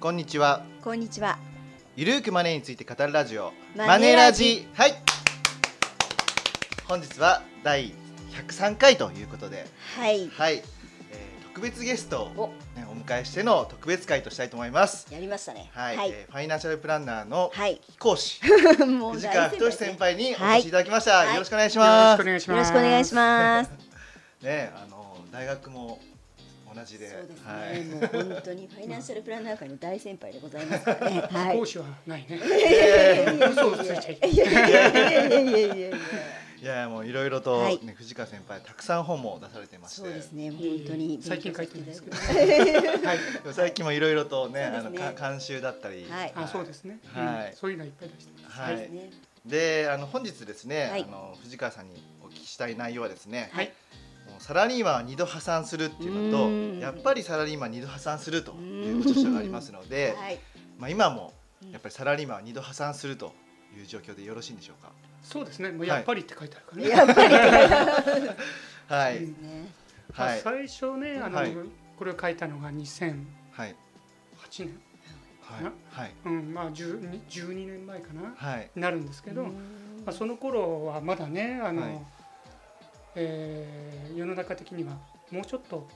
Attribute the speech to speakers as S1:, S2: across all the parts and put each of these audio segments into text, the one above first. S1: こんにちは
S2: こんにちは。
S1: ゆるーくマネーについて語るラジオマ
S2: マ
S1: ネ
S2: ネ
S1: ラ
S2: ラ
S1: ジ
S2: ジ
S1: はい本日は第103回ということで
S2: はい。
S1: はい、えー特別ゲストを、
S2: お、
S1: ね、お迎えしての特別会としたいと思います
S2: やりましたね。
S1: はい、
S2: はい。
S1: えーファイナンシャルプランナーの
S2: はい、
S1: 講師、
S2: も
S1: 藤川太
S2: ですね
S1: 先輩にお
S2: は
S1: 越
S2: い
S1: しいただきました、
S2: はい
S1: よろしくお願いし
S3: よろ
S1: ま
S3: し
S1: す
S3: くお願いし
S2: よ
S3: ま
S2: ろ
S3: す。
S2: しくお願いします。
S1: ねあの大学も同じ
S2: そう
S1: で
S2: ですね、
S1: はい
S2: もう本当にファイナンシャルプランナー界の大先輩でございますから ね。はい。
S3: 講師はないね。
S2: いやいやいやいや
S3: 嘘をついちゃいけない
S2: いやいやいやいやいやいや。
S1: いやもういろいろと、ね
S2: はい
S1: 藤川先輩たくさん本も出されてまして
S2: そうですね、本当に
S3: 最近書いてるんですけど。
S2: は
S3: はい。
S1: でも最近もいろいろとねあの
S2: そうですね
S1: か監修だったり、
S2: はい
S3: あ、そうですね。
S1: はい
S3: うんそういうのいっぱい出してます。
S1: はい
S2: いですね。
S1: であの本日ですね、
S2: はい
S1: あの藤川さんにお聞きしたい内容はですね、
S3: はい。
S1: もうサラリーマンは二度破産するっていう
S2: う
S1: の
S2: ん
S1: とやっぱりサラリーマンは二度破産するというご著書がありますので、
S2: はい。
S1: まあ、今もやっぱりサラリーマンは二度破産するという状況でよろしいんでしょうか。
S3: そうですね。もうやっぱりって書いてあるからね。
S2: やっぱり
S1: はい、
S3: うん
S2: ね。
S3: まあ
S1: はい
S3: 最初ね、あの
S1: はい
S3: これを書いたのが2008
S1: はい
S3: 年。
S1: はい
S3: な
S1: はい
S3: うん、まあ10 12年前かな。
S1: はい
S3: なるんですけど、
S2: う
S3: ま
S2: ん
S3: あその頃はまだね、あ
S1: はい
S3: のえー世の中的にはもうちょっと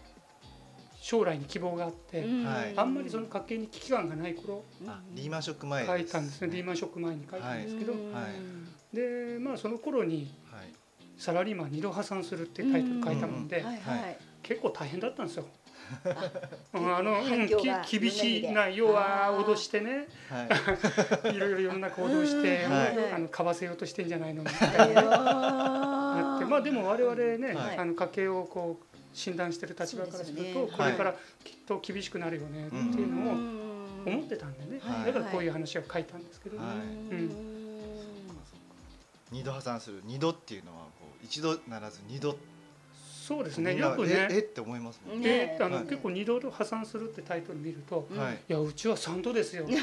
S3: 将来に希望があって、
S1: はい
S3: あんまりその家計に危機感がない頃
S1: あリーマンショック前
S3: 書いたんですねリーマンショック前に書いたんですけど、
S2: うん
S1: はい
S3: でまあその頃に
S1: はい
S3: 「サラリーマン二度破産する」ってタイトル書いたもんで、
S2: はいはい。
S3: 結構大変だったんですよ。
S2: あ
S3: うんあの、うん、
S2: 環
S3: き
S2: 境が
S3: 厳しいな
S2: 世の中で
S3: 要は
S2: あー
S3: 脅してね
S1: はい
S3: いろいろ世の中脅して、
S2: うんはい
S3: あの買わせようとしてんじゃないのみたいなあ
S2: あ
S3: ってまあでも我々ね、
S1: はい
S3: あの家計をこう診断してる立場からす
S2: そう
S3: ると
S2: ですよね
S3: これからきっと厳しくなるよねっていうのを思ってたんでね、
S1: はい
S3: だからこういう話を書いたんですけど、
S1: はい二度破産する二度っていうのはこう一度ならず二度
S3: そうですね
S1: みんな
S3: よく
S1: ええ
S3: ね
S1: って思いますもんね
S2: ね
S3: であの、
S1: はい
S3: 結構二度破産するってタイトル見ると
S2: うん
S1: はい
S3: 「いやうちは3 度ですよ」って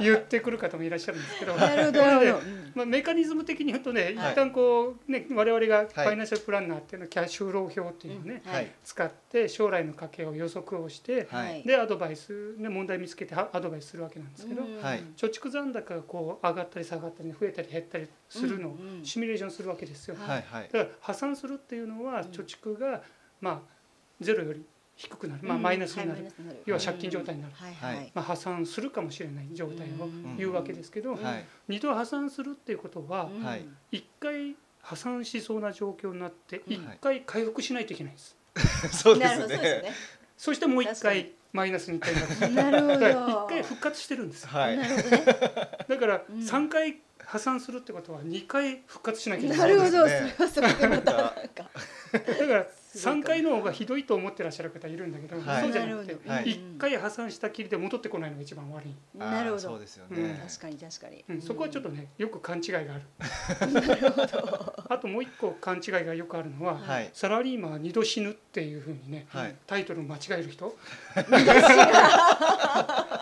S3: 言ってくる方もいらっしゃるんですけど。
S2: なるほど。
S3: なので
S2: うん
S3: まあ、メカニズム的に言うとね、
S1: はい
S3: 一旦こうね我々がファイナンシャルプランナーっていうのはキャッシュロー表っていうのをね、
S1: はい
S3: 使って将来の家計を予測をして、
S1: はい
S2: はい
S3: でアドバイス、ね、問題見つけてはアドバイスするわけなんですけど、
S2: うん
S1: はい
S3: 貯蓄残高がこう上がったり下がったりね増えたり減ったりするのを
S2: うんうん
S3: シミュレーションするわけですよ。
S1: はいはい
S3: だから破産するっていうのは
S2: うん
S3: 貯蓄が、まあ、ゼロより低くなる、まあ、
S2: うん
S3: マイナスにな
S2: はい
S3: る、
S2: マイナス
S3: 要は借金状態になる
S2: はい
S1: は
S2: はいい。
S3: まあ、破産するかもしれない状態を言うわけですけど、
S2: うん
S1: はい
S3: 二度破産するっていうことは
S2: うん
S1: はい
S3: 一回破産しそうな状況になって
S2: うん
S3: 一回回復しないといけないんです。
S1: そうで
S2: な
S1: す
S2: るほどそう
S1: ね
S2: で
S3: そしてもう一
S2: 確かに
S3: 回マイナスに 転落す
S2: すね。
S3: る。
S2: なるほ
S3: だ
S2: ど。
S3: から一回復活してるんですよ。
S1: はい
S2: なるほどね
S3: だから
S2: うん
S3: 三回破産するってことは二回復活しなきゃいけな
S2: ないるほど。そ
S1: そう
S2: れ
S1: ですね
S2: はそれでまたなんか。
S3: だから三回の方がひどいと思ってらっしゃる方いるんだけど、
S1: はい
S3: そうじゃなくて
S1: なるほど
S3: 一回破産したきりで戻ってこないのが一番悪い、
S1: あー
S2: なるほ
S1: そう
S2: ど。
S1: ですよね
S2: 確かに確かに
S3: う。ん、そこはちょっとねよく勘違いがある あともう一個勘違いがよくあるのは、
S1: はい
S3: サラリーマンは二度死ぬっていうふうにね、
S1: はい
S3: タイトルを間違え る人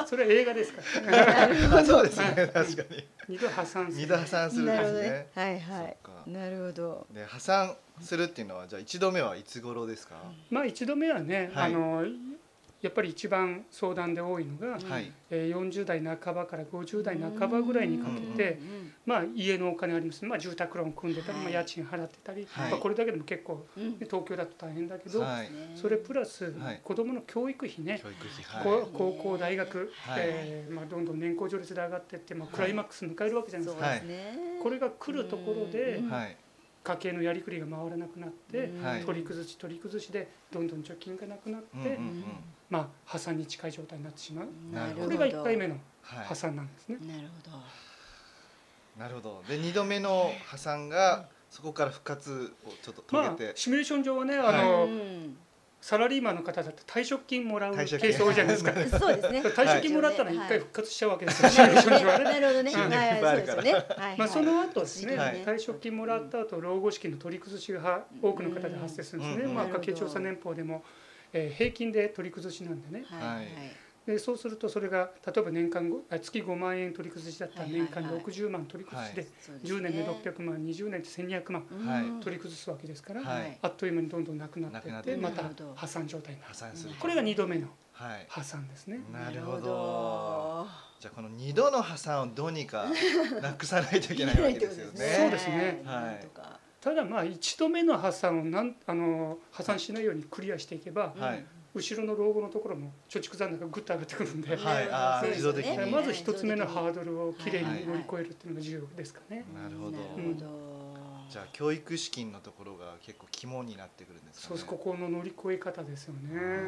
S3: それは映画ですから
S1: あそうですね確かに
S3: 二度破産す
S1: 二
S3: る
S1: 度破産するん
S2: なる
S1: で
S2: ほ
S1: す
S2: ど
S1: ね
S2: ね。はい
S1: そ
S2: は
S1: っ
S2: い。
S1: か
S2: なるほど。
S1: で破産するっていうのはじゃあ一度目はいつ頃ですか
S3: まあ一度目はね、
S1: はい
S3: あのやっぱり一番相談で多いのが、
S2: うん
S1: はい
S3: えー40代半ばから50代半ばぐらいにかけて、
S2: うん
S3: まあ、家のお金ありますね、まあ、住宅ローン組んでたり、
S2: はい
S3: まあ、家賃払ってたり、
S1: はい
S3: まあ、これだけでも結構、
S2: うんうん
S3: ね東京だと大変だけど、
S1: はい
S3: それプラス
S1: はい
S3: 子どもの教育費ね、
S1: 教育費
S3: こ
S1: は
S3: う高校大学、
S1: はい
S3: えーまあ、どんどん年功序列で上がってって、まあ、クライマックス迎えるわけじゃないで
S2: そう
S3: すか、
S2: ですね。
S3: これが来るところで、
S2: うん
S1: いはい
S3: 家計のやりくりが回らなくなって、
S1: はい
S3: 取り崩し取り崩しでどんどん貯金がなくなって、
S1: うんうんうん
S3: まあ、破産に近い状態になってしまう、
S1: な
S2: な
S1: る
S2: る
S1: ほ
S2: ほ
S1: ど
S2: ど。
S3: これが1回目の
S1: は
S3: 破産なんですね。
S2: なるほど。
S1: いなるほどで二度目の破産がそこから復活をちょっと遂
S3: まあ
S1: げて
S3: シミュレーション上はねあの、
S2: うん
S3: サラリーマンの方だって退職金もらうケ
S1: 退職
S3: ー
S1: 金
S3: ス多いじゃないですか 退
S2: そうですね。
S3: 職金もらったら一
S2: は
S3: 回
S2: い
S3: 復活しちゃうわけですよシミュレーション上はね。
S2: なるほどね。
S1: うん
S2: はいはい、そうですよね。はいはい
S3: まあ、その後ですね、
S1: はい
S3: 退職金もらった後老後資金の取り崩しが多くの方で発生するんですね、
S1: うん
S3: まあ、
S2: うん
S3: 家計調査年報でも、えー平均で取り崩しなんでね
S2: はいはい。
S3: でそうするとそれが例えば年間ごあ月5万円取り崩しだったら
S2: はいはいは
S3: 年
S2: い
S3: 間60万取り崩しで
S2: そうですね
S3: 10年で600万20年で1200万
S1: はい
S2: うん
S3: 取り崩すわけですから、
S1: はい
S3: あっという間にどんどんなくなってい
S1: な
S3: っ
S1: くなって
S3: てまた
S2: なるほど
S3: 破産状態にな
S1: 破
S3: る
S1: 産する
S3: これが2度目の
S1: はい
S3: 破産ですね。
S1: なるほ
S2: なる
S1: ど
S2: ほ
S1: じゃあこの二度の破産をどうに かなくさないといけないわけですよ
S2: いけ
S1: ね
S2: ない
S3: そ
S2: ってこと
S3: うですね
S1: はい
S2: なんとか
S3: ただまあ1度目の破産をなんあの破産しないようにクリアしていけば、
S1: はい
S2: うん
S3: 後ろの老後のところも貯蓄残高がぐっと上がってくるんで、
S1: はいあー
S2: そうですよ
S1: 自動
S2: ね
S1: 的に
S3: まず1つ目のハ
S2: は
S3: ードルをきれいに乗り越えるっていうのが重要ですかね。
S2: い
S1: なるほど
S2: なるほど
S1: じゃあ教育資金のところが結構肝になってくるんですかね
S3: そうですここの乗り越え方ですよね。うん
S2: う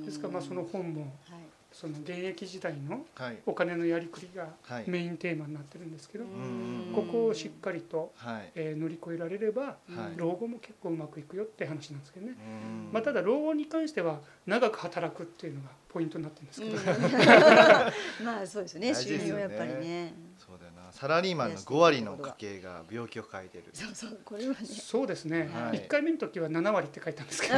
S2: ん
S3: ですからまあその本も
S2: はい
S3: その現役時代の
S1: はい
S3: お金のやりくりが
S1: はい
S3: メインテーマになってるんですけど、
S1: ん
S3: ここをしっかりと、
S1: はい
S3: えー乗り越えられれば
S1: はい
S3: 老後も結構うまくいくよって話なんですけどね
S1: う。ん
S3: まあ、ただ老後に関しては長く働くっていうのがポイントになってるんで すけど、
S2: うんまあそうですよね
S1: 大事
S2: 収
S1: です
S2: 入
S1: よ
S2: は
S1: ね
S2: やっぱりね
S1: そうだよなサラリーマンの5割の家計が病気を抱えてる
S2: そうそうこ れはね
S3: そうですね、
S1: はい
S3: 一1回目の時は7割って書いたんですけど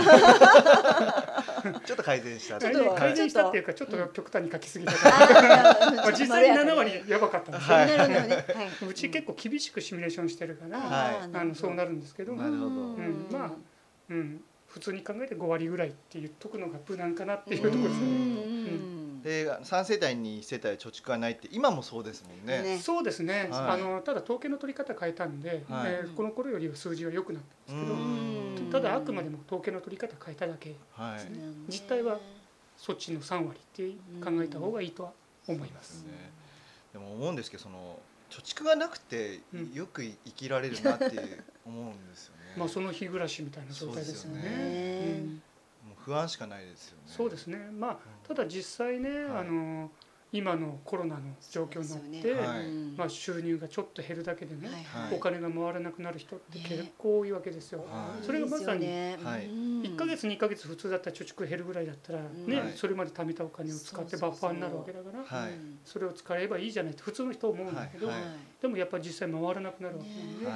S1: ちょっと改善した
S2: ちょっと
S3: あれね
S2: はい
S3: 改善したっていうかちょっと極端に書きすぎたから、まあ、実際に7割やばかったんですよ、
S1: はい
S2: なるほどねはい。
S3: うち結構厳しくシミュレーションしてるから、
S1: は
S3: あのそうなるんですけど、
S1: なるほど
S3: うんまあうん、普通に考えて5割ぐらいって言っとくのが無難かなっていうところです
S1: うん
S3: ね。
S1: で3世帯に1世帯貯蓄はないって今もそうですもんね
S2: ね
S3: そうですね、
S1: はい
S3: あのただ統計の取り方変えたんで、
S1: はい
S3: えーこの頃よりは数字は良くなったんですけど、
S2: うん
S3: ただあくまでも統計の取り方変えただけ
S1: はい
S3: ね実態はそっちの3割って考えた方がいいとは思います。
S1: ねでも思うんですけどその貯蓄がなくて
S3: うん
S1: よく生きられるなって思うんですよね
S3: まあその日暮らしみたいな状態ですよね。
S1: そうですよ
S2: ね
S3: うん
S1: もう不安しかないですよね
S3: そうですね。まあただ実際ね、
S1: はい
S3: あの今のコロナの状況になって、
S1: よねはい
S3: まあ収入がちょっと減るだけでね、
S1: はい
S3: お金が回らなくなる人って結構多いわけですよ。
S1: はい
S3: それがまさに
S1: はい
S2: 一
S3: 1ヶ月2ヶ月普通だったら貯蓄減るぐらいだったらね、
S1: はい
S3: それまで貯めたお金を使ってバッファーになるわけだから、
S1: はい
S3: それを使えばいいじゃないって普通の人は思うんだけど、
S1: はい
S3: でもやっぱり実際回らなくなるわけなんで、
S1: は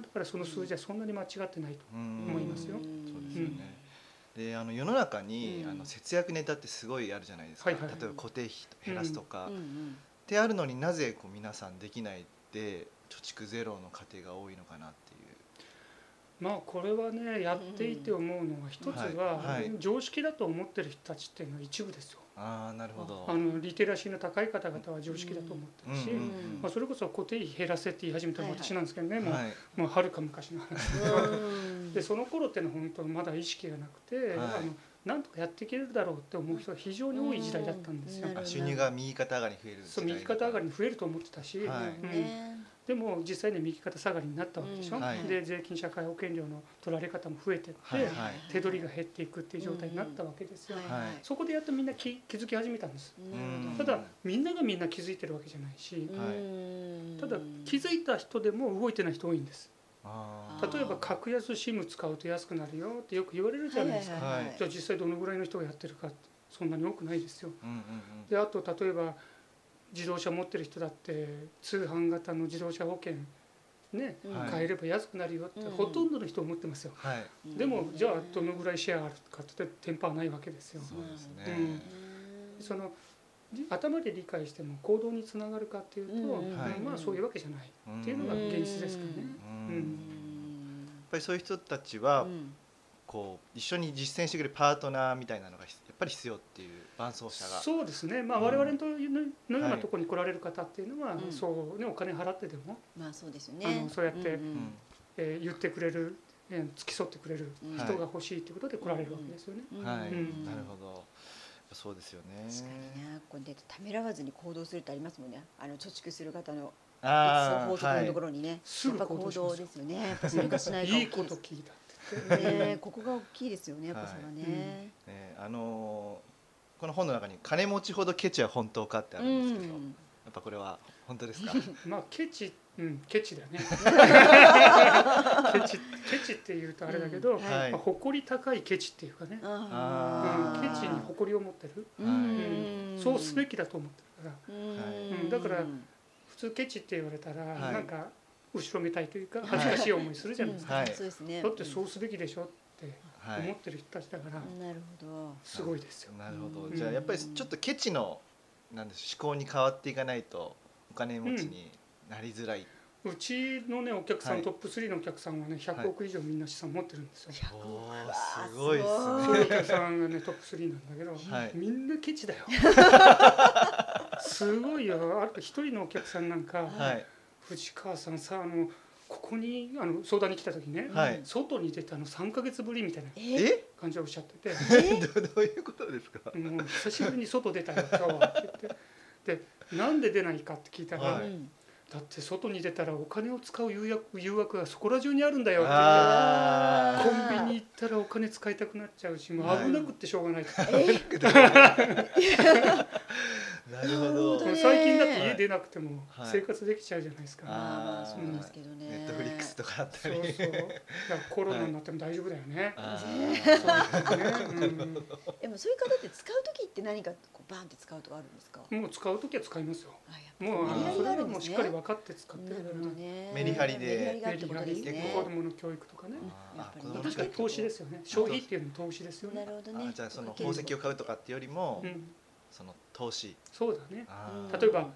S1: い
S3: だからその数字はそんなに間違ってないと。
S1: うん
S3: 思いますよ
S1: そうですよねであの世の中に、
S2: うん
S1: あの節約ネタってすごいあるじゃないですか、
S3: はいはい
S1: 例えば固定費減らすとか、
S2: う
S1: っ
S2: ん
S1: てあるのになぜこう皆さんできないで貯蓄ゼロの家庭が多いのかなっていう
S3: まあこれはねやっていて思うのは一つ
S1: は
S3: はい
S1: はい
S3: 常識だと思ってる人たちっていうのは一部ですよ。
S1: ああなるほど
S3: あのリテラシーの高い方々は常識だと思ってるし、
S1: うんうん
S2: うん
S3: まあ、それこそ固定費減らせって言い始めたのは私なんですけどね、もう
S1: はい
S3: もうはるか昔の話
S2: う ん
S3: でその頃っていうのは本当まだ意識がなくて、
S1: はい
S3: あのなんとかやっていけるだろうって思う人が非常に多い時代だったんですよ。
S2: うんな
S1: あ
S2: る
S1: 収入が右肩上がりに増える
S3: そう右肩上がりに増えると思ってたし、
S1: はい
S2: ね
S3: でも実際に右肩下がりになったわけでしょ、
S2: うん
S1: はい
S3: で税金社会保険料の取られ方も増えてって、
S1: はいはい
S3: 手取りが減っていくっていう状態になったわけですよ、
S2: はい
S1: はい
S3: そこでやっとみんな気気づき始めたんです
S1: うん
S3: ただみんながみんな気づいてるわけじゃないし
S2: なるほど
S1: はい
S2: うん
S3: ただ気づいた人でも動いてない人多いんです
S1: あ
S2: ー
S3: 例えば格安 SIM 使うと安くなるよってよく言われるじゃないですか、
S2: はいはいはい
S3: じゃあ実際どのぐらいの人がやってるかってそんなに多くないですよ
S1: ーうんうん
S3: であと例えば自動車持ってる人だって通販型の自動車保険ね、
S2: うん
S1: はい
S3: 買えれば安くなるよって
S2: うん
S3: ほとんどの人思ってますよ、
S1: はい
S2: うん
S3: でもじゃあどのぐらいシェアあるかってテンパはないわけですよ
S1: そうですね、
S3: うん
S2: うん
S3: そのじ頭で理解しても行動につながるかっていうと、
S2: うんうんうん
S1: はい
S3: まあそういうわけじゃない
S1: ん
S3: っていうのが現実ですかね、
S1: うん
S3: う
S1: やっ
S2: うん
S1: ぱりそういう人たちは、
S2: うん
S1: こう一緒に実践してくれるパートナーみたいなのがひやっぱり必要っていう伴走者が
S3: そうですね、まあ、
S1: うん
S3: 我々のというののよう
S1: は
S3: ないところに来られる方っていうのは、
S2: うん
S3: そうね、お金払ってでも、
S2: まあそうですよ
S3: あ
S2: ね
S3: のそうやって
S2: ん
S1: うん
S3: えー言ってくれる、えー付き添ってくれる
S2: うん
S3: 人が欲しいということで来られるわけですよね。
S2: うん
S1: はい、
S3: うん
S1: なるほどそうですよね
S2: 確かになこれでためらわずに行動するってありますもんねあの貯蓄する方の
S1: ああ
S2: 法則のとこ
S1: ろ、
S2: ろにね、
S3: すぐ
S2: やっぱ
S3: 行
S2: 行
S3: 動しま
S2: 動
S3: すよ
S2: ですよねやっぱそれか しないか
S3: い
S2: 大
S3: い
S2: き
S3: こ
S2: いで
S3: と
S2: す
S3: 聞いたって
S2: ねここが大きいですよねやっぱそれはね、
S1: はいねあのーこの本の中に「金持ちほどケチは本当か?」ってあるんですけど、やっぱこれは本当ですか
S3: まあケチ、うん、ケチだ ねケチケチっていうとあれだけど、
S2: うん
S1: はい
S3: まあ、誇り高いケチっていうかね、うん
S1: あー
S3: ケチに誇りを持ってる、
S2: う
S3: うん
S2: ん
S3: そうすべきだと思ってるから
S2: うん
S3: だから普通ケチって言われたら、
S1: はい
S3: なんか後ろめたいというか
S2: はい
S3: 恥ずかしい思いするじゃないですか、
S1: はい
S2: うんそうですね
S3: だってそうすべきでしょって
S1: はい
S3: 思ってる人たちだから
S2: なるほど。
S3: すごいですよ。
S1: なるほ
S2: う
S1: ど
S2: ん
S1: じゃあやっぱりちょっとケチのなんでしょう思考に変わっていかないとお金持ちになりづらい、
S3: うちのねお客さん、
S1: はい
S3: トップ3のお客さんはね100億以上みんな資産持ってるんですよ。
S1: お
S2: 億
S1: お
S2: わあ
S1: すごいです
S3: そう
S1: す
S3: いう
S1: ね
S3: お客さんがねトップ3なんだけど、
S1: はい
S3: みんなケチだよ。すごいよ。あと一人のお客さんなんか、
S1: はい
S3: 藤川さんさあのここにあの相談に来た時ね、
S1: はい
S3: 外に出たの3ヶ月ぶりみたいな
S2: え
S1: え
S3: 感じでおっしゃってて。
S2: え
S1: ど どういうことですか
S3: もう久しぶりに外出たよ今日はって言ってでなんで出ないかって聞いたら、
S1: はい
S2: うん
S3: だって外に出たらお金を使う誘惑誘惑がそこら中にあるんだよって
S1: あ
S3: 言って
S2: ー
S3: コンビニ行ったらお金使いたくなっちゃうしもう
S1: はい
S3: 危なくってしょうがない、
S2: え
S1: なるほ
S2: なるほ
S1: ど
S2: ど
S3: もう
S2: ね
S3: 最近だって家出なくても
S1: はい
S3: 生活できちゃうじゃないですか、
S1: あ
S2: まあまあそう
S3: うん
S2: ですけどね。
S1: ネットフリックスとかあった
S3: そう
S1: り
S3: そうだからコロナになっても大丈夫だよね、
S1: あ
S3: そうですよね
S2: でもそういう方って使う時って何かこうバンって使うとかあるんですか。
S3: うんもう使う時は使いますよ
S2: あやっぱ
S3: もうあ
S1: メリ
S3: の
S1: ハリ
S2: があるんで
S3: それはもう
S2: す
S3: し
S2: ね
S3: っかり分かって使って
S2: な
S3: る
S2: る
S3: か
S2: ほ
S3: ら
S2: どね。
S1: メリハリで
S2: メリハリがあるってことです
S1: メリ
S2: ね
S1: ハリ。
S3: 子供の教育とかね
S2: うん
S1: あー
S2: やっぱりね
S1: あ子供
S3: 確かに投資ですよね消費っていうのも投資ですよ
S2: な
S3: ね
S2: るほど
S1: ー
S2: ね
S1: あ。じゃあその宝石を買うとかってよりも、
S3: うん
S1: その投資
S3: そうだね
S1: あ
S2: うん
S1: ー
S3: 例えば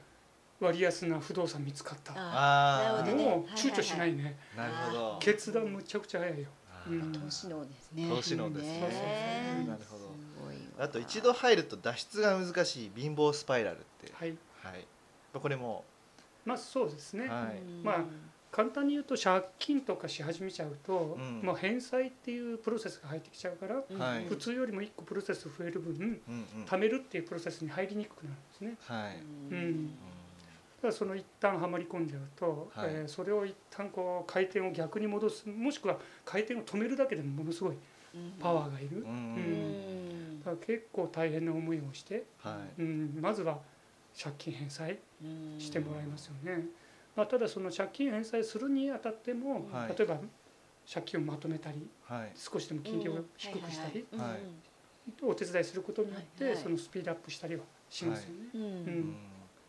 S3: 割安な不動産見つかった
S2: あ
S1: あ
S2: なるほどね
S3: もう躊躇しないね
S1: ーなるほど
S3: 決断むちゃくちゃ早いよ
S1: あ
S3: うん
S1: ー
S2: 投資能ですね。
S1: 投資能ですね
S2: ね
S1: なるほど
S2: すごいわ
S1: あと一度入ると脱出が難しい貧乏スパイラルって
S3: はい
S1: はいこれも
S3: まあそうですね
S1: はい
S2: うん
S3: まあ簡単に言うと借金とかし始めちゃうと
S1: うん
S3: もう返済っていうプロセスが入ってきちゃうから
S2: うん
S1: はい
S3: 普通よりも1個プロセス増える分
S1: うんうん
S3: 貯めるっていうプロセスに入りにくくなるんですね
S1: はい、
S3: うん
S1: う
S3: だからその一旦はまり込んじゃうと、
S1: はい
S3: えーそれを一旦こう回転を逆に戻すもしくは回転を止めるだけでもものすごいパワーがいる、
S1: んうん
S2: うん
S3: だから結構大変な思いをして、
S1: は
S3: うん、まずは借金返済
S2: うん
S3: してもらいますよね、まあ、ただその借金返済するにあたっても、
S1: はい
S3: 例えば借金をまとめたり
S1: いはい
S3: 少しでも金利を低くしたり、
S2: うんはいはいはい
S1: は
S3: お手伝いすることによって、
S2: はいはい
S3: そのスピードアップしたりはしますよね。
S2: うんう
S1: うんん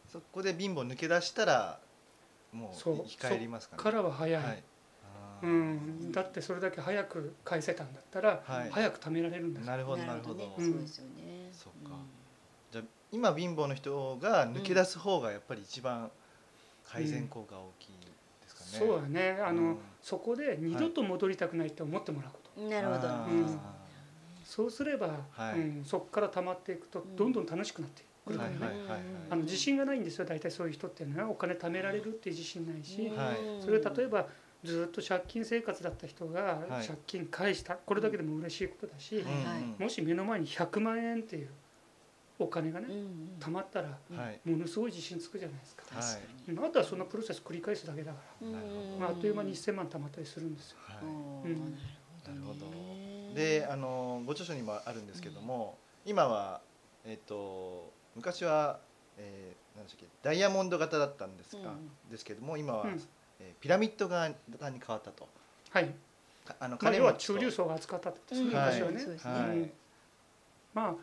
S1: そこで貧乏抜け出したらもう
S3: そう
S1: 生き返りますかね
S3: からは早
S1: はいいあ
S3: う
S1: ー
S3: ん、だってそれだけ早く返せたんだったら、
S1: はい
S3: 早く貯められるんです
S1: なるほど
S2: な
S1: な
S2: る
S1: るほ
S2: ほどね
S1: ど、
S3: うん
S2: そうですよね
S1: そっかじゃあ今貧乏の人が抜け出す方がやっぱり一番改善効果大きいですかね、
S3: そうだねあの、
S1: うん
S3: そこで二度と戻りたくないって思ってもらうこと、
S2: うんなるほど
S1: あー
S3: うんそうすれば、
S1: はい
S3: うん、そこから溜まっていくと
S2: うん
S3: どんどん楽しくなってくるか
S1: は
S3: ら
S1: い
S3: ね、
S1: はいはいはい
S3: あの自信がないんですよ大体そういう人っていうのはお金貯められるっていう自信ないし、
S1: はい
S3: それは例えばずっと借金生活だった人が
S1: はい
S3: 借金返した、これだけでも嬉しいことだし、
S2: はいはい
S3: もし目の前に100万円っていうお金がね、貯まったら
S1: うんはい
S3: ものすごい自信つくじゃないですか。
S1: はい
S3: うんあとはそのプロセス繰り返すだけだから、
S1: なるほど
S3: まあ、あっという間に1000万貯まったりするんですよ。
S1: はい
S3: うん
S2: なるほどね
S1: であのご著書にもあるんですけども、今は、えっと昔は、えー、何でしたっけダイヤモンド型だったんですが、
S2: うん
S1: ですけども今は、
S3: うん
S1: えーピラミッド型に変わったと
S3: はい、
S1: かあの
S3: まあ、
S1: 金
S3: 要
S1: 持
S3: は
S1: ちと
S3: 中流層が扱ったってことで
S2: う
S3: す
S2: ん
S3: ね、昔は
S2: はい
S3: ね
S2: そう。ですね
S1: はい
S3: うんまあ、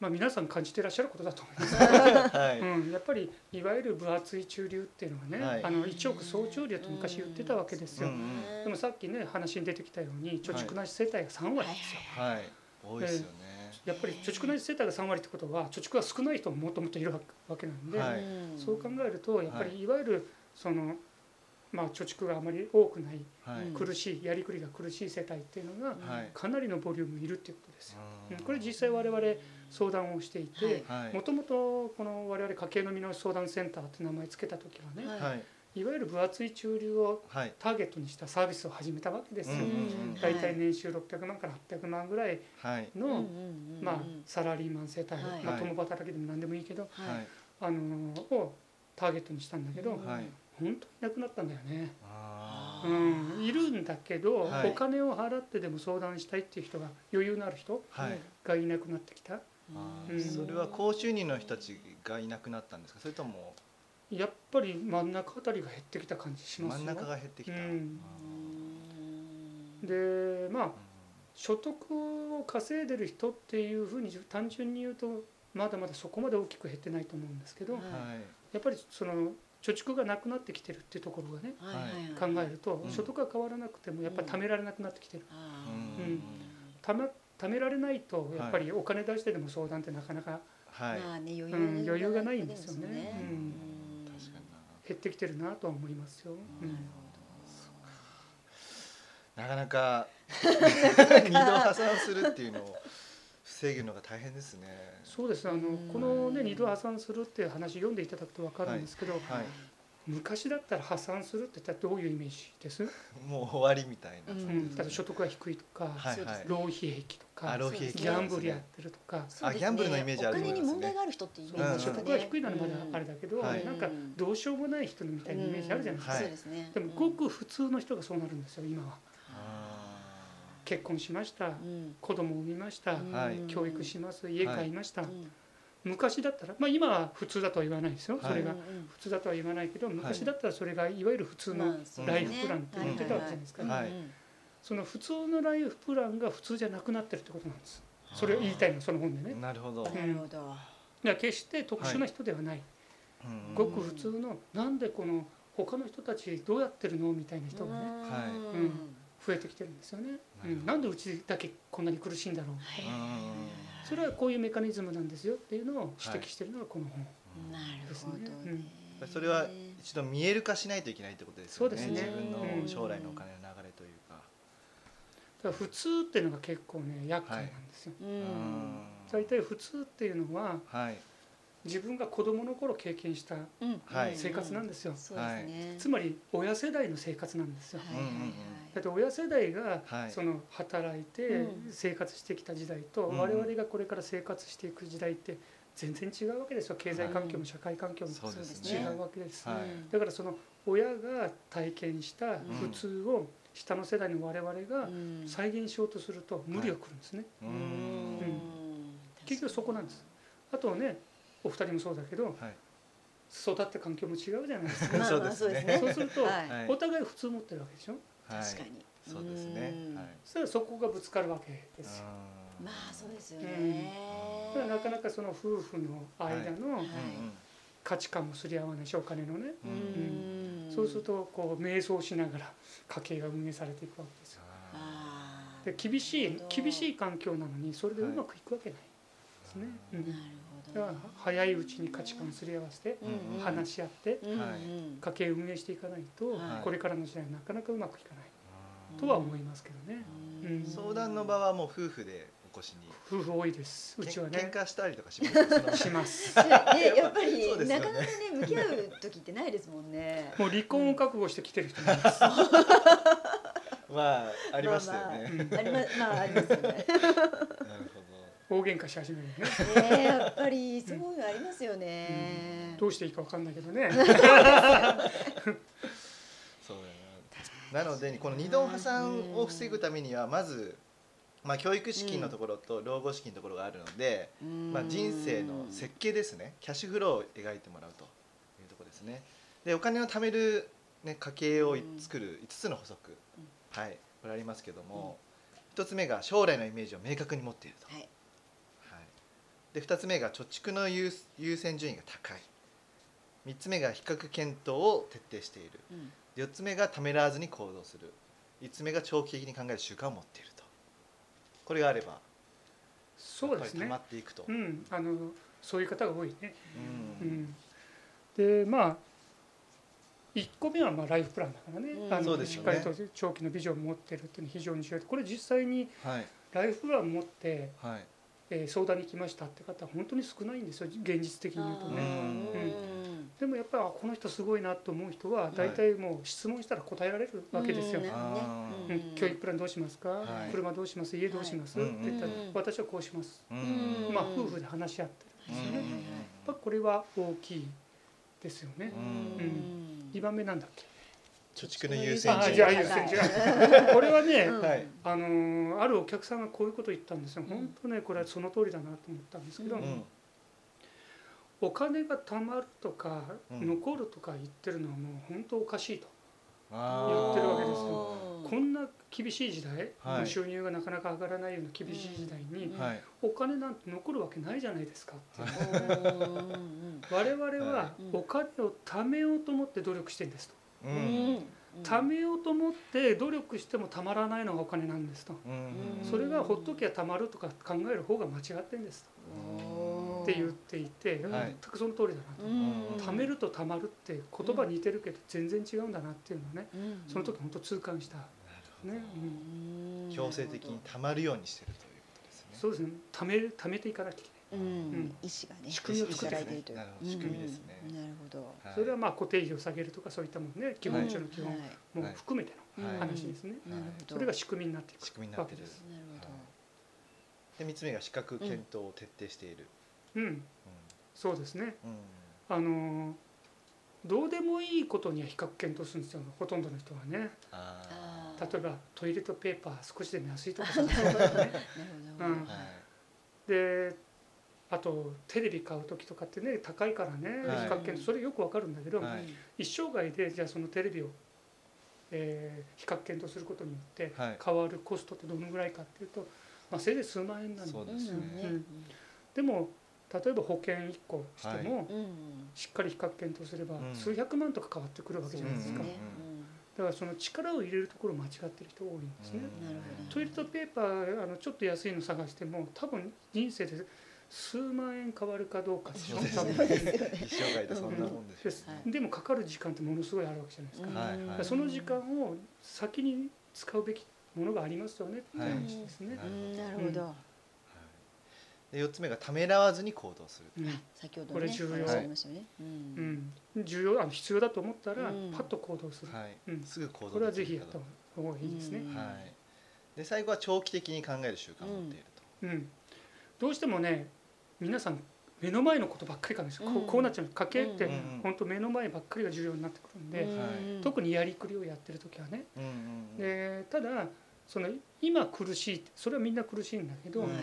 S3: まあ、皆さん感じてらっしゃることだと思います。
S1: はい、
S3: うん、やっぱりいわゆる分厚い中流っていうのはね、
S1: はい
S3: あの一億総中流と昔言ってたわけですよ。
S1: うん
S3: でもさっきね話に出てきたように貯蓄なし世帯が3
S2: はい
S3: 割
S2: はい
S3: ですよ。
S1: はい、多いですよね、
S3: やっぱり貯蓄なし世帯が3割ってことは貯蓄が少ない人ももっともっといるわけなんで、
S1: はい
S2: ん
S3: そう考えるとやっぱりいわゆるその、まあ、貯蓄があまり多くない
S1: はい、
S2: うん
S3: 苦しいやりくりが苦しい世帯っていうのが
S1: はい
S3: かなりのボリュームいるっていうことですよ。
S1: うん
S3: これ実際我々相談をしてい
S2: は
S3: て
S2: い
S1: はい
S3: もともとこの我々家計の見直し相談センターって名前つけた時はね
S1: はい
S3: いわゆる分厚い中流を
S1: はい
S3: ターゲットにしたサービスを始めたわけですよ。
S1: うん
S3: 大体年収600万から800万ぐらい
S1: はい
S3: の、まあ
S2: う、ん
S3: サラリーマン世帯、
S2: はい
S3: まあ、共働きでも何でもいいけど、
S1: はい
S2: はい
S3: あのをターゲットにしたんだけど、
S2: うん
S1: はい
S3: 本当になくなったんだよね、
S1: あ
S2: あ
S1: ー
S2: ー
S3: うん、いるんだけど、
S1: はい
S3: お金を払ってでも相談したいっていう人が余裕のある人
S1: はい、
S3: がいなくなってきた
S1: あ
S3: うん
S1: ーそれは高収入の人たちがいなくなったんですかそれとも
S3: やっぱり真ん中あたりが減ってきた感じしま
S1: 真
S3: す
S1: ん
S3: よ
S1: 中が減ってきた、
S3: うん
S1: あ
S2: う
S1: ー
S2: ん
S3: でまあ所得を稼いでる人っていうふうに単純に言うとまだまだそこまで大きく減ってないと思うんですけど、
S2: はい
S1: はい
S3: やっぱりその貯蓄がなくなってきてるっていうところがね
S2: はいはいはい
S3: 考えると
S1: うん
S3: 所得が変わらなくてもやっぱり貯められなくなってきてる
S2: あ
S1: うん
S2: ー
S3: うんため貯められないとやっぱりお金出してでも相談ってなかなか
S1: はい、
S2: まあね余裕,、
S3: うん余裕がないんですよね
S1: うん
S3: うん
S1: 確かにな
S3: 減ってきてるなとは思いますよ。う
S2: なる
S3: ん
S1: なかな か二度破産するっていうのを防ぐのが大変ですね。
S3: そうですねあ
S2: う
S3: の
S2: ん
S3: このね二度破産するっていう話読んでいただくと分かるんですけど、
S2: ほど
S1: はい、
S3: 昔だったら破産するって言ったらどういうイメージです、
S1: もう終わりみたいな。
S2: うん
S3: うん、だって所得が低いとか、
S1: はい
S2: そう
S1: は
S2: で
S1: い
S2: す。
S3: 浪費癖とか
S1: あ浪費
S2: 癖
S3: ギャンブルやってるとか、
S2: そうですね
S1: ギャンブルのイメージある
S2: お
S1: と思い
S2: 金
S1: ます
S2: に
S1: ね
S2: 問題がある人ってい
S3: そ
S2: ま
S3: う
S1: うん
S2: す
S3: 所
S2: よね
S3: 得が低いならまだあれだけど、
S1: はい
S3: なんかどうしようもない人みたいなイメージあるじゃないですか、
S1: はい
S2: そうですね
S3: でもごく普通の人がそうなるんですよ今は
S1: あ
S3: 結婚しました
S2: うん
S3: 子供を産みました、
S1: はい
S2: うん
S3: 教育します家買いました、
S2: うん
S3: 昔だったらまあ今は普通だとは言わないですよ、
S1: はい
S3: それが
S2: うんうん
S3: 普通だとは言わないけど昔だったらそれがいわゆる普通
S2: ま
S3: の
S2: あそう
S3: ラ
S2: で
S3: イ
S2: す
S3: フ
S2: ね
S3: プランって言ってたわけじゃないですか、
S1: うんはい
S3: その普通のライフプランが普通じゃなくなってるってことなんですそれを言いたいのその本でね
S1: ーなるほど。
S2: なるほど
S3: いや決して特殊な人ではない、
S1: うん
S3: ごく普通のなんでこの他の人たちどうやってるのみたいな人がね
S1: はい
S2: うん
S3: 増えてきてるんですよね、
S1: なるほ
S3: うん、
S1: ど
S3: なんでうちだけこんなに苦しいんだろう
S2: はい
S3: それはこういうメカニズムなんですよっていうのを指摘してるのがこの本、
S2: なるほど
S3: うん
S2: ね
S1: それは一度見える化しないといけないってことです
S3: そ
S1: よ
S3: う
S1: ね。
S3: です
S1: 自
S2: ね
S1: 分の将来のお金の流れというか。
S3: だから普通っていうのが結構ね厄介なんですよ、
S2: う
S1: うんん
S3: 大体普通っていうのは
S1: はい
S3: 自分が子供の頃経験した
S2: うん
S1: はい
S3: 生活なんですよ、
S2: そうですね
S3: つまり親世代の生活なんですよ、
S2: はいはい
S3: だって親世代が
S1: はい
S3: その働いて
S2: うん
S3: 生活してきた時代と
S1: うん
S3: 我々がこれから生活していく時代って全然違うわけですよ経済環境も社会環境も
S1: そうです
S3: 違
S1: ね。
S3: うわけです
S1: はい
S2: うん
S3: だからその親が体験した普通を下の世代の我々が
S2: うん
S3: 再現しようとすると無理がくるんですね
S1: う
S2: うん
S1: ん
S3: 結局そこなんですあとねお二人もそうだけど
S1: はい
S3: 育った環境も違うじゃないですか
S2: まあまあ
S1: そ
S2: そうう
S1: で
S2: ですす
S1: ね
S2: ね
S3: そうすると
S2: はい
S1: はい
S3: お互い普通持ってるわけでしょ
S1: はい
S2: 確かに
S1: そうですね
S2: うん。
S1: はい。
S3: そしたらそこがぶつかるわけですよ
S1: あー
S2: まあそうですよ
S3: うん
S2: ね
S3: だからなかなかその夫婦の間の
S2: はい
S3: 価値観もすり合わないしお金のね
S1: うんう
S2: う
S1: ん
S2: ん
S3: そうするとこう瞑想しながら家計が運営されていくわけですよ
S2: あー
S3: で厳し
S2: ないるほど
S3: 厳しい環境なのにそれでうまくいくわけないですね、う
S2: なる
S3: ん、
S2: ほど
S3: だから早いうちに価値観をすり合わせて
S2: うんうん
S3: 話し合って
S2: うんうん
S1: はい
S3: 家計運営していかないと
S2: はい
S3: これからの時代はなかなかうまくいかない
S1: うん
S3: とは思いますけどね
S2: うん
S3: うん
S1: 相談の場はもう夫婦でお越しに。
S3: 夫婦多いですうちは
S1: けん
S3: ね
S1: 喧嘩したりとかします。 その
S3: します
S2: ねやっぱ
S1: そうで
S2: り
S1: すよ
S2: な
S1: ね
S2: かなかね向き合う時ってないですもんね
S3: もう離婚を覚悟してきてる人もいます
S1: まあありましたよ
S3: う
S1: ね。
S3: ん
S2: ありままあありますよね
S1: なるほど。
S3: 大喧嘩し始めるね
S2: ねやっぱりそういうのありますよね
S3: どうしていいかわかんないけどね
S1: そうだよななのでこの二度破産を防ぐためにはまず、まあ、教育資金のところと老後資金のところがあるので、まあ、人生の設計ですねキャッシュフローを描いてもらうというところですねでお金を貯める、ね、家計を
S2: うん
S1: 作る5つの補足、
S2: うん
S1: はいこれありますけども、1つ目が将来のイメージを明確に持っていると、
S2: は
S1: は
S2: い
S1: い、で2つ目が貯蓄の優優先順位が高い3つ目が比較検討を徹底している
S2: うん
S1: 4つ目がためらわずに行動する5つ目が長期的に考える習慣を持っているとこれがあれば
S3: そうで
S1: やっ
S3: すね
S1: ぱり溜まっていくと、
S3: うんあのそういう方が多いねう
S1: うん
S3: んでまあ1個目はまあライフプランだからね、
S2: うん
S3: あ
S1: そう
S3: の
S1: です
S3: し
S1: よ
S3: っ
S1: ね
S3: かりと長期のビジョンを持ってるっていうのは非常に重要でこれ実際に
S1: はい
S3: ライフプランを持って、
S1: はい
S3: えー相談に来ましたって方は本当に少ないんですよ現実的に言うと
S1: あ
S3: ね
S1: ー
S3: でもやっぱりあこの人すごいなと思う人は大体もう質問したら答えられるわけですよ、
S2: うんね
S3: うん
S1: あー
S3: 教育プランどうしますか、
S1: はい
S3: 車どうします家どうします、
S1: はい
S3: って言ったら、
S2: うん
S3: 私はこうします、
S1: うん
S2: うん
S3: まあ夫婦で話し合ってるんですよね、
S2: うん
S3: やっぱこれは大きいですよね、
S1: うん
S3: 二2番目なんだっけ
S1: 貯蓄の優先
S3: あ
S1: 順
S3: あ
S1: 位
S3: じゃあ
S1: はい
S3: 優先順位これはね、
S2: うん
S1: はい
S3: あのーあるお客さんがこういうこと言ったんですよ
S2: うん
S3: 本当ねこれはその通りだなと思ったんですけど、
S2: うん
S3: お金が貯まるとか、
S1: うん
S3: 残るとか言ってるのはもう本当おかしいと
S1: あー
S3: 言ってるわけです
S2: ううん
S3: こんな厳しい時代、
S1: はい
S3: 収入がなかなか上がらないような厳しい時代に、
S2: うん
S1: はい
S3: お金なんて残るわけないじゃないですかっていう
S2: うん
S3: 我々は
S1: は
S2: うん
S3: お金を貯めようと思って努力してるんですと、
S1: う
S2: うん
S1: ん
S2: うん
S3: 貯めようと思って努力してもたまらないのがお金なんですと、
S1: うん
S3: それがほっときゃたまるとか考える方が間違ってんですと
S2: おー
S3: って言っていて
S1: ん
S3: 全くその通りだなと、
S2: うん
S3: 貯めるとたまるって言葉似てるけど全然違うんだなっていうのはね
S2: うん
S3: その時本当痛感した、ねうん
S2: うん
S1: 強制的にたまるようにしてるということですね。
S3: そうですね貯め貯めていかなきゃいけない
S2: うん
S3: ん
S2: 意思がね
S3: 仕組みを作って
S2: 働いてるという
S1: なるほど仕組みですね
S2: うんなるほど
S1: はい
S3: それはまあ固定費を下げるとかそういったもんね基本中の基本
S2: うんはい
S3: も含めて
S1: は
S3: の
S1: い
S3: 話ですね、
S2: なるほど
S3: それが仕組みになっていく
S1: 仕組みになってる
S3: わけです
S2: なるほど
S1: で三つ目が資格検討を徹底している。
S3: うんそうですね
S1: うん
S3: あのーどうでもいいことには比較検討するんですよほとんどの人はね
S1: あ
S3: 例えばトイレットペーパー少しでも安いと
S2: な
S3: か
S2: るほ
S3: うん
S1: ー
S2: ど
S1: はい
S3: であとテレビ買う時とかってね高いからね、
S1: はい
S3: 比較検討それよくわかるんだけど、
S1: はい
S3: 一生涯でじゃあそのテレビを、えー比較検討することによって
S1: はい
S3: 変わるコストってどのぐらいかっていうと、まあ、せいぜい数万円なんで
S1: そう
S2: う
S1: で
S2: ん
S1: すね
S2: うん
S3: でも例えば保険1個しても、
S2: うんうん
S3: しっかり比較検討すれば
S1: うん
S3: 数百万とか変わってくるわけ
S2: そう
S3: じゃない
S2: で
S3: ですすか、
S2: ね
S3: だからその力を入れるところ間違ってる人多いんですね、
S1: うん
S2: なるほど
S3: トイレットペーパーあのちょっと安いの探しても多分人生で数万円変わるかどうか
S1: そうです
S3: 多
S1: ね
S3: 分
S1: 一生涯でそんなもんですよ
S3: です
S1: ね。
S3: でもかかる時間ってものすごいあるわけじゃないですか、
S2: うん
S3: だ
S1: はいはい
S3: からその時間を先に使うべきものがありますよねっていう話ですね、
S1: は
S2: う
S1: い
S2: んなるほど
S1: で四つ目がためらわずに行動する。
S3: うん
S2: 先ほど
S3: これ
S2: ね
S3: 重要
S2: お話ありましたよねう
S3: うんん重要あの必要だと思ったら
S2: うん
S3: パッと行動する、
S1: はい。
S3: うん
S1: すぐ行動
S3: これはぜ
S1: でき
S3: ひ
S1: る
S3: やっ
S1: か
S3: た
S1: どうか
S3: 方がいいですね、
S2: うん
S1: はい。で最後は長期的に考える習慣を持っていると。
S3: うん、どうしてもね皆さん目の前のことばっかりかんですよ、こ
S2: うん
S3: うこうなっちゃう家計って
S1: うんうん
S3: 本当目の前ばっかりが重要になってくるんで、
S1: はい
S3: 特にやりくりをやってる時はね、
S1: うんうんうん。
S3: でただその今苦しいってそれはみんな苦しいんだけど、
S1: うん
S2: はい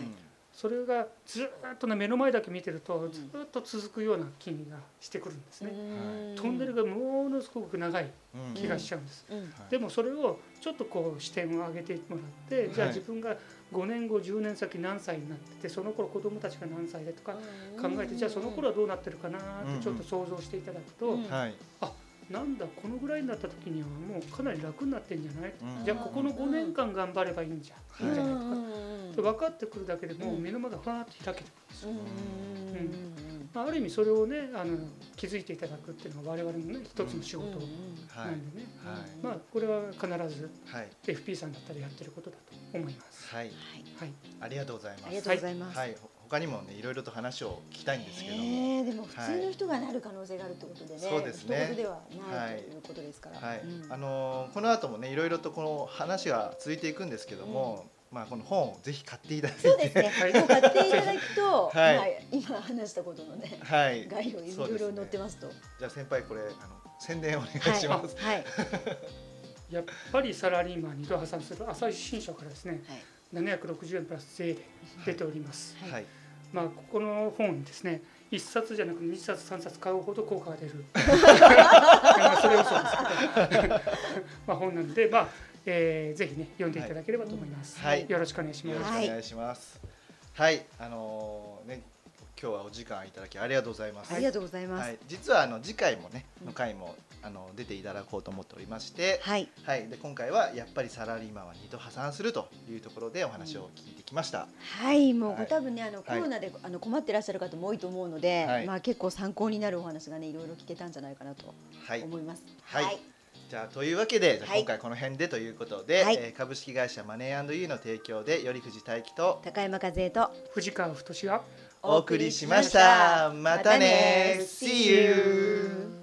S3: それがずっとね目の前だけ見てる
S2: う
S3: と
S2: ん
S3: ずっと続くような気がしてくるんですね、
S2: ね
S3: トンネルがものすごく長い
S1: うん
S3: 気がしちゃうんです、
S2: うん
S1: はい
S3: でもそれをちょっとこう視点を上げてもらって、じゃあ自分が5年後10年先何歳になっててその頃子供たちが何歳でとか考えて、じゃあその頃はどうなってるかなーってちょっと想像していただくと、
S2: うん
S1: はい。
S3: なんだこのぐらいになった時にはもうかなり楽になってんじゃない、
S1: うん
S3: じゃあここの5年間頑張ればいいんじゃん、いいんじゃないとか、と分かってくるだけでもう目の前がふわーっと開けてくるんですよ、まあ、ある意味それをねあの気づいていただくっていうのが我々のね一つの仕事なんでね、
S1: はい。はい。
S3: まあこれは必ず
S1: はい。
S3: FP さんだったらやってることだと思います。
S1: はい。
S3: はい、
S1: ありがとうござい
S2: あ
S1: ま
S2: りが
S1: す。
S2: とうございます。
S1: はい。他にもね、いろいろと話を聞きたいんですけども。
S2: ええでも普通の人がなる可能性があるってことでね、
S1: そうですね
S2: 一言ではな
S1: はいい
S2: ということですから、
S1: はい
S2: うん、
S1: あのーこの後もねいろいろとこの話が続いていくんですけども、まあこの本をぜひ買っていただい
S2: そう
S1: て、
S2: ですね。
S3: はい
S2: もう買っていただくと、は、
S1: はいい
S2: 今話したことのね、
S1: はい。
S2: 概要い
S1: そう
S2: ろ
S1: で
S2: い
S1: す
S2: ろ
S1: ね
S2: 載ってますと、
S1: じゃあ先輩これあの宣伝お願い
S2: はい、
S1: します。
S2: はい、
S3: やっぱりサラリーマンに度破産する朝日新書からですね
S2: はい、
S3: 760円プラス税で出ております、
S2: はい
S1: はい。
S3: まあここの本にですね1冊じゃなく2冊3冊買うほど効果が 出るまあそれはそうですけど まあ本なんでまあ、えーぜひね読んでいただければと思います、
S1: はい
S3: よろしくお願いし
S1: よ
S3: ま
S1: ろ
S3: す、
S1: しくお願いします。はい、あのーね今日はお時間いただきありがとうございます。
S2: ありがとうございます。
S1: はい、実はあの次回もね
S2: うん
S1: の回も、あの出ていただこうと思っておりまして、
S2: はい、
S1: はい、で今回はやっぱりサラリーマンは二度破産するというところでお話を聞いてきました。
S2: はい、もう
S1: はい
S2: 多分ね、あのコ
S1: はい
S2: ロナで、あの困ってらっしゃる方も多いと思うので、
S1: はい
S2: まあ結構参考になるお話がね、いろいろ聞けたんじゃないかなと
S1: はい、
S2: 思います。
S1: はいじゃあというわけで、じゃあ
S2: はい
S1: 今回この辺でということで、
S2: はい
S1: えー株式会社マネーユーの提供で頼藤大樹と
S2: 高山和恵と
S3: 藤川太が
S1: お送りしましたまたね See you